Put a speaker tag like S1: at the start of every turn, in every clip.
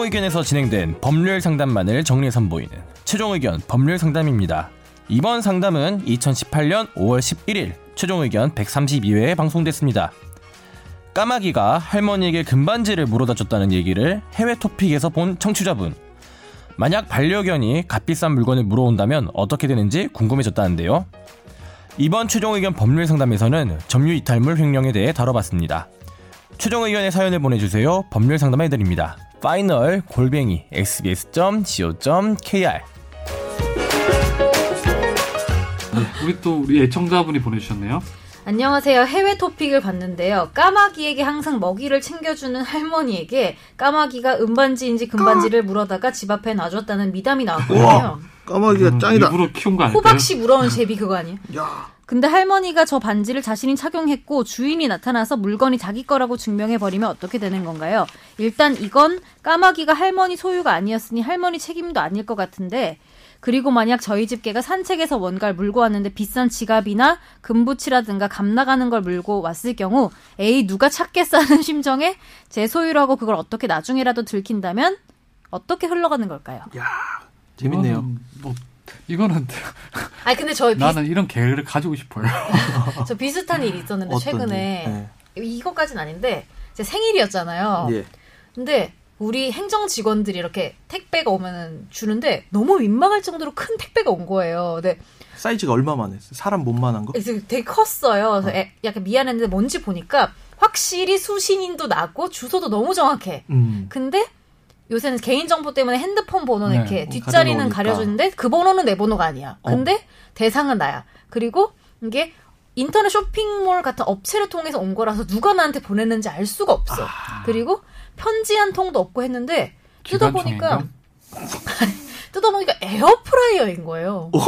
S1: 의견에서 진행된 법률 상담만을 정리해 선보이는 최종 의견 법률 상담입니다. 이번 상담은 2018년 5월 11일 최종 의견 132회에 방송됐습니다. 까마귀가 할머니에게 금반지를 물어다 줬다는 얘기를 해외 토픽에서 본 청취자분. 만약 반려견이 값비싼 물건을 물어온다면 어떻게 되는지 궁금해졌다는데요. 이번 최종 의견 법률 상담에서는 점유 이탈물 횡령에 대해 다뤄봤습니다. 최종 의견의 사연을 보내주세요. 법률 상담해드립니다. 파이널 골뱅이 sbs.co.kr
S2: 우리 또 우리 애청자분이 보내주셨네요.
S3: 안녕하세요. 해외 토픽을 봤는데요. 까마귀에게 항상 먹이를 챙겨주는 할머니에게 까마귀가 은반지인지 금반지를 물어다가 집 앞에 놔줬다는 미담이 나왔거든요.
S4: 까마귀가
S2: 음,
S4: 짱이다.
S2: 일부러 키운 거 아닐까요?
S3: 호박씨 물어온 제비 그거 아니에요?
S4: 야,
S3: 근데 할머니가 저 반지를 자신이 착용했고 주인이 나타나서 물건이 자기 거라고 증명해버리면 어떻게 되는 건가요? 일단 이건 까마귀가 할머니 소유가 아니었으니 할머니 책임도 아닐 것 같은데 그리고 만약 저희 집게가 산책에서 뭔가를 물고 왔는데 비싼 지갑이나 금붙이라든가 값 나가는 걸 물고 왔을 경우 에이 누가 찾겠다는 심정에 제 소유라고 그걸 어떻게 나중에라도 들킨다면 어떻게 흘러가는 걸까요?
S4: 재밌네요.
S2: 이거는 뭐 이거는
S3: 아 근데 저, 비,
S2: 나는 이런 계획을 가지고 싶어요.
S3: 아, 저 비슷한 일이 있었는데
S4: 어떤
S3: 최근에
S4: 일? 네.
S3: 이거까진 아닌데 제 생일이었잖아요.
S4: 예.
S3: 근데 우리 행정 직원들이 이렇게 택배가 오면 주는데 너무 민망할 정도로 큰 택배가 온 거예요. 근데
S4: 사이즈가 얼마만 했어? 사람 몸만한 거?
S3: 그래서 되게 컸어요. 그래서 애- 약간 미안했는데 뭔지 보니까 확실히 수신인도 낮고 주소도 너무 정확해.
S4: 음.
S3: 근데 요새는 개인정보 때문에 핸드폰 번호는
S2: 네,
S3: 이렇게
S4: 뭐
S3: 뒷자리는
S4: 가려놓으니까.
S3: 가려주는데 그 번호는 내 번호가 아니야.
S4: 어.
S3: 근데 대상은 나야. 그리고 이게 인터넷 쇼핑몰 같은 업체를 통해서 온 거라서 누가 나한테 보냈는지 알 수가 없어.
S4: 아.
S3: 그리고 편지 한 통도 없고 했는데 뜯어보니까
S2: 기관총인가?
S3: 뜯어보니까 에어프라이어인 거예요.
S4: 어?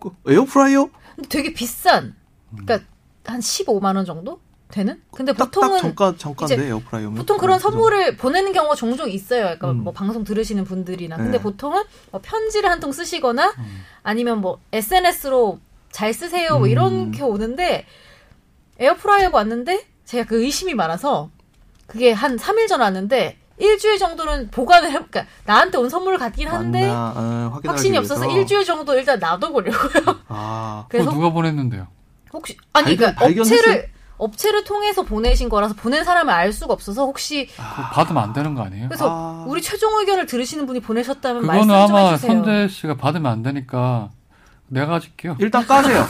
S4: 그 에어프라이어?
S3: 근데 되게 비싼. 그러니까 한 15만 원 정도 되는? 근데
S4: 음. 딱딱
S3: 보통은
S4: 정가 정가인데
S3: 이제
S4: 에어프라이어면.
S3: 보통 그런
S4: 그 정도.
S3: 선물을 보내는 경우가 종종 있어요. 그러니까
S4: 음.
S3: 뭐 방송 들으시는 분들이나. 근데
S4: 네.
S3: 보통은 뭐 편지를 한 통 쓰시거나
S2: 음.
S3: 아니면 뭐 SNS로 잘 쓰세요 뭐
S4: 음.
S3: 이렇게 오는데 에어프라이어가 왔는데 제가 그 의심이 많아서 그게 한 3일 전 왔는데 일주일 정도는 보관을 해, 그러니까 나한테 온 선물을 같긴 한데
S4: 맞나? 아, 확인하기
S3: 확신이 없어서
S4: 위해서.
S3: 일주일 정도 일단 놔둬보려고요.
S4: 아,
S2: 그거
S3: 그래서
S2: 누가 보냈는데요?
S3: 혹시 아니
S4: 발견-
S3: 그러니까 업체를
S4: 발견했어요?
S3: 업체를 통해서 보내신 거라서 보낸 사람을 알 수가 없어서 혹시
S2: 그거 받으면 안 되는 거 아니에요?
S3: 그래서
S4: 아.
S3: 우리 최종 의견을 들으시는 분이 보내셨다면 말씀
S2: 그거는
S3: 좀
S2: 아마
S3: 해주세요.
S2: 선재 씨가 받으면 안 되니까 내가 가질게요.
S4: 일단 까세요.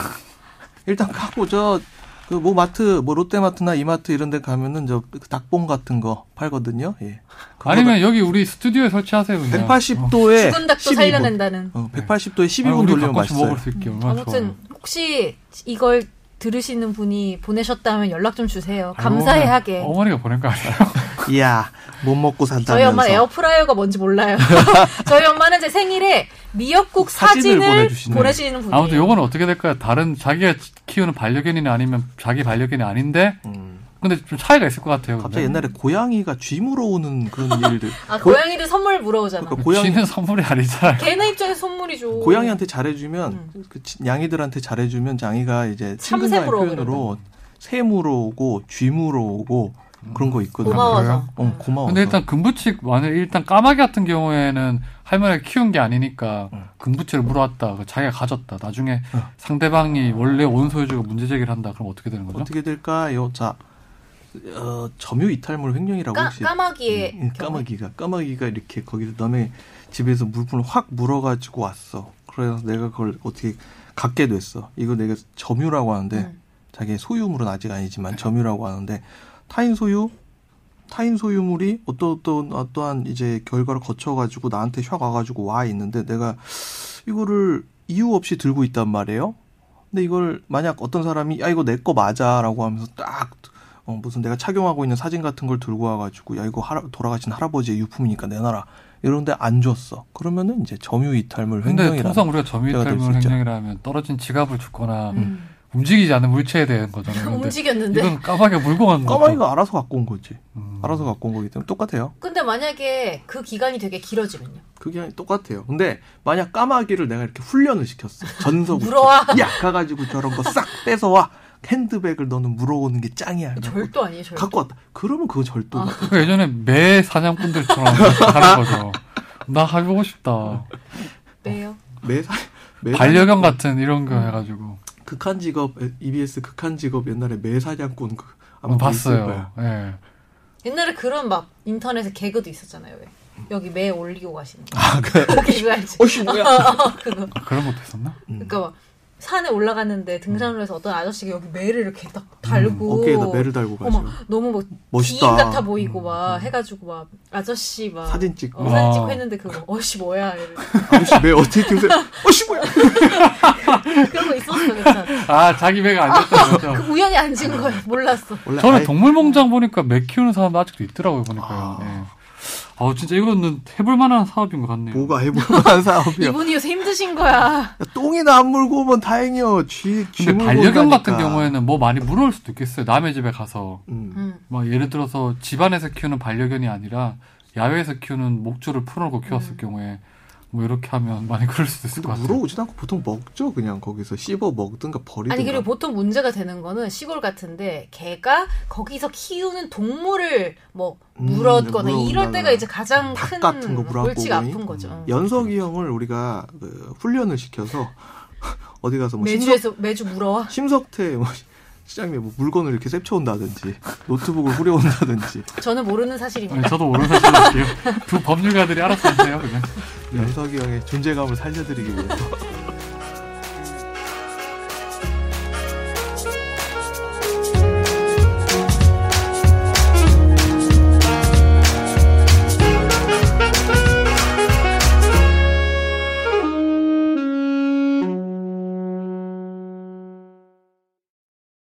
S4: 일단 까고 저. 그 뭐 마트 뭐 롯데마트나 이마트 이런 데 가면은 저그 닭봉 같은 거 팔거든요. 예. 그거다.
S2: 아니면 여기 우리 스튜디오에 설치하세요 그냥. 어.
S4: 180도에
S3: 죽은 닭도
S4: 12분.
S3: 살려낸다는.
S4: 어, 180도에
S2: 아,
S4: 12분
S2: 우리 가끔씩
S4: 돌리면 맛있어요.
S2: 먹을 수 있게 얼마나 좋아.
S3: 아무튼 혹시 이걸 들으시는 분이 보내셨다면 연락 좀 주세요.
S2: 알고 보면
S3: 감사해하게.
S2: 어머니가 보낸 거 아니에요?
S4: 이야 못 먹고
S3: 저희
S4: 산다면서.
S3: 엄마 에어프라이어가 뭔지 몰라요. 저희 엄마는 제 생일에 미역국
S4: 사진을
S3: 사진을
S4: 보내주시네.
S3: 보내시는 분이에요.
S2: 그 아무튼 요거는 어떻게 될까요? 다른 자기가 키우는 반려견이나 아니면 자기 반려견이 아닌데
S4: 음.
S2: 근데 좀 차이가 있을 것 같아요.
S4: 갑자기
S2: 근데.
S4: 옛날에 고양이가 쥐무러 오는 그런 일들.
S3: 아,
S4: 고,
S3: 고양이들 선물 물어오잖아.
S4: 그러니까 고양이
S2: 쥐는 선물이 아니잖아요.
S3: 걔네 입장에서 선물이죠.
S4: 고양이한테 잘해주면 그 지- 양이들한테 잘해주면 양이가 이제 친근한
S3: 음. 참새물어
S4: 표현으로 새무러 오고 쥐무러 오고 그런 거 있거든요.
S3: 고마워서.
S4: 어, 고마워.
S2: 근데 일단 금부치 만약 일단 까마귀 같은 경우에는 할머니가 키운 게 아니니까
S4: 응.
S2: 금부치를 물어왔다. 그 자기가 가졌다. 나중에
S4: 어.
S2: 상대방이 원래 온 소유주가 문제 제기를 한다. 그럼 어떻게 되는 거죠?
S4: 어떻게 될까요? 자, 어, 점유 이탈물 횡령이라고
S3: 까,
S4: 혹시
S3: 까마귀의
S4: 음,
S3: 경우.
S4: 까마귀가 까마귀가 이렇게 거기서 남의 집에서 물품을 확 물어가지고 왔어. 그래서 내가 그걸 어떻게 갖게 됐어. 이거 내가 점유라고 하는데
S3: 음.
S4: 자기 소유물은 아직 아니지만 점유라고 하는데 타인 소유 타인 소유물이 어떤 어떤 어떠한 이제 결과를 거쳐가지고 나한테 샥 와가지고 와 있는데 내가 이거를 이유 없이 들고 있단 말이에요. 근데 이걸 만약 어떤 사람이 야 이거 내 거 맞아라고 하면서 딱 어, 무슨 내가 착용하고 있는 사진 같은 걸 들고 와가지고 야 이거 할아- 돌아가신 할아버지의 유품이니까 내놔라 이런데 안 줬어. 그러면은 이제 점유 이탈물
S2: 근데
S4: 횡령이라.
S2: 통상 우리가
S4: 때가 될수
S2: 점유이탈물
S4: 있죠.
S2: 횡령이라 하면 떨어진 지갑을 줍거나
S3: 음.
S2: 움직이지 않은 물체에 대한 거잖아요. 근데
S3: 움직였는데.
S2: 이건 까마귀가 물고 간 거죠.
S4: 까마귀가 알아서 갖고 온 거지.
S2: 음.
S4: 알아서 갖고 온 거기 때문에 똑같아요.
S3: 근데 만약에 그 기간이 되게 길어지면요.
S4: 그게 아니- 똑같아요. 근데 만약 까마귀를 내가 이렇게 훈련을 시켰어. 전서부터
S3: 물어와.
S4: 야 가가지고 저런 거 싹 뺏어 와. 핸드백을 너는 물어오는 게 짱이야.
S3: 절도 아니에요, 절도.
S4: 갖고 왔다. 그러면 그거 절도.
S3: 아.
S2: 그 예전에 매 사냥꾼들처럼 하는 거죠. 나 해보고 싶다.
S4: 어,
S3: 왜요?
S4: 매사 매
S2: 반려견 같은 이런 거 해가지고
S4: 극한 직업 EBS 극한 직업 옛날에 매사냥꾼 그, 아마
S2: 음,
S4: 있을
S2: 봤어요.
S4: 거야.
S2: 예.
S3: 옛날에 그런 막 인터넷에 개그도 있었잖아요. 왜? 여기 매 올리고 가시는 거.
S4: 아, 그,
S3: 거기 이거 알지?
S4: 어씨 뭐야?
S3: 어, 그거.
S2: 아, 그런 것도 있었나?
S3: 그러니까 막 산에 올라갔는데 등산을 해서 어떤 아저씨가 여기 매를 이렇게 딱 달고
S4: 음, 어깨에다 매를 달고 가죠.
S3: 어머 너무 막
S4: 멋있다. 음,
S3: 기인 같아 보이고 막 해가지고 막 아저씨 막
S4: 사진 찍고.
S3: 어, 사진 찍고
S2: 아.
S3: 했는데 그거 어씨 뭐야 이러면서.
S4: 아저씨 매 어떻게 키우세요? 어씨 뭐야?
S3: 그런 거 있었어 괜찮아
S2: 아 자기 배가 안 됐다
S4: 어.
S2: 그죠?
S3: 그 우연히 앉은 거야 몰랐어
S4: 원래
S2: 저는
S4: 아예-
S2: 동물농장 보니까 매 키우는 사람도 아직도 있더라고요 보니까요.
S4: 아.
S2: 예. 아 진짜 이거는 해볼 만한 사업인 것 같네요.
S4: 뭐가 해볼만한 사업이야.
S3: 이분이어서 힘드신 거야
S4: 야, 똥이나 안 물고 오면 다행이요. 쥐, 쥐
S2: 근데
S4: 물고
S2: 반려견
S4: 온다니까.
S2: 같은 경우에는 뭐 많이 물어올 수도 있겠어요. 남의 집에 가서
S4: 음.
S3: 음.
S2: 막 예를 들어서 집안에서 키우는 반려견이 아니라 야외에서 키우는 목줄을 풀어놓고 키웠을 경우에 뭐 이렇게 하면 많이 그럴 수도 있을 것
S4: 근데
S2: 같아요.
S4: 물어오지도 않고 보통 먹죠. 그냥 거기서 씹어 먹든가 버리든가.
S3: 아니 그리고 뭐 보통 문제가 되는 거는 시골 같은데 개가 거기서 키우는 동물을 뭐
S4: 음,
S3: 물었거나
S4: 물어온다거나.
S3: 이럴 때가 이제 가장
S4: 닭
S3: 큰
S4: 같은 거 물어갖고 음.
S3: 골치가
S4: 오니?
S3: 아픈 거죠.
S4: 연석이 형을 우리가 그 훈련을 시켜서 어디 가서 뭐 심석,
S3: 매주에서 매주 물어와.
S4: 심석태 뭐 시장님의 뭐 물건을 이렇게 셉쳐온다든지 노트북을 후려온다든지
S3: 저는 모르는
S2: 아니,
S3: 사실입니다.
S2: 네, 저도 모르는 사실이에요. 두 법률가들이 알아서 하세요 그냥.
S4: 연석이 형의 존재감을 살려드리기 위해서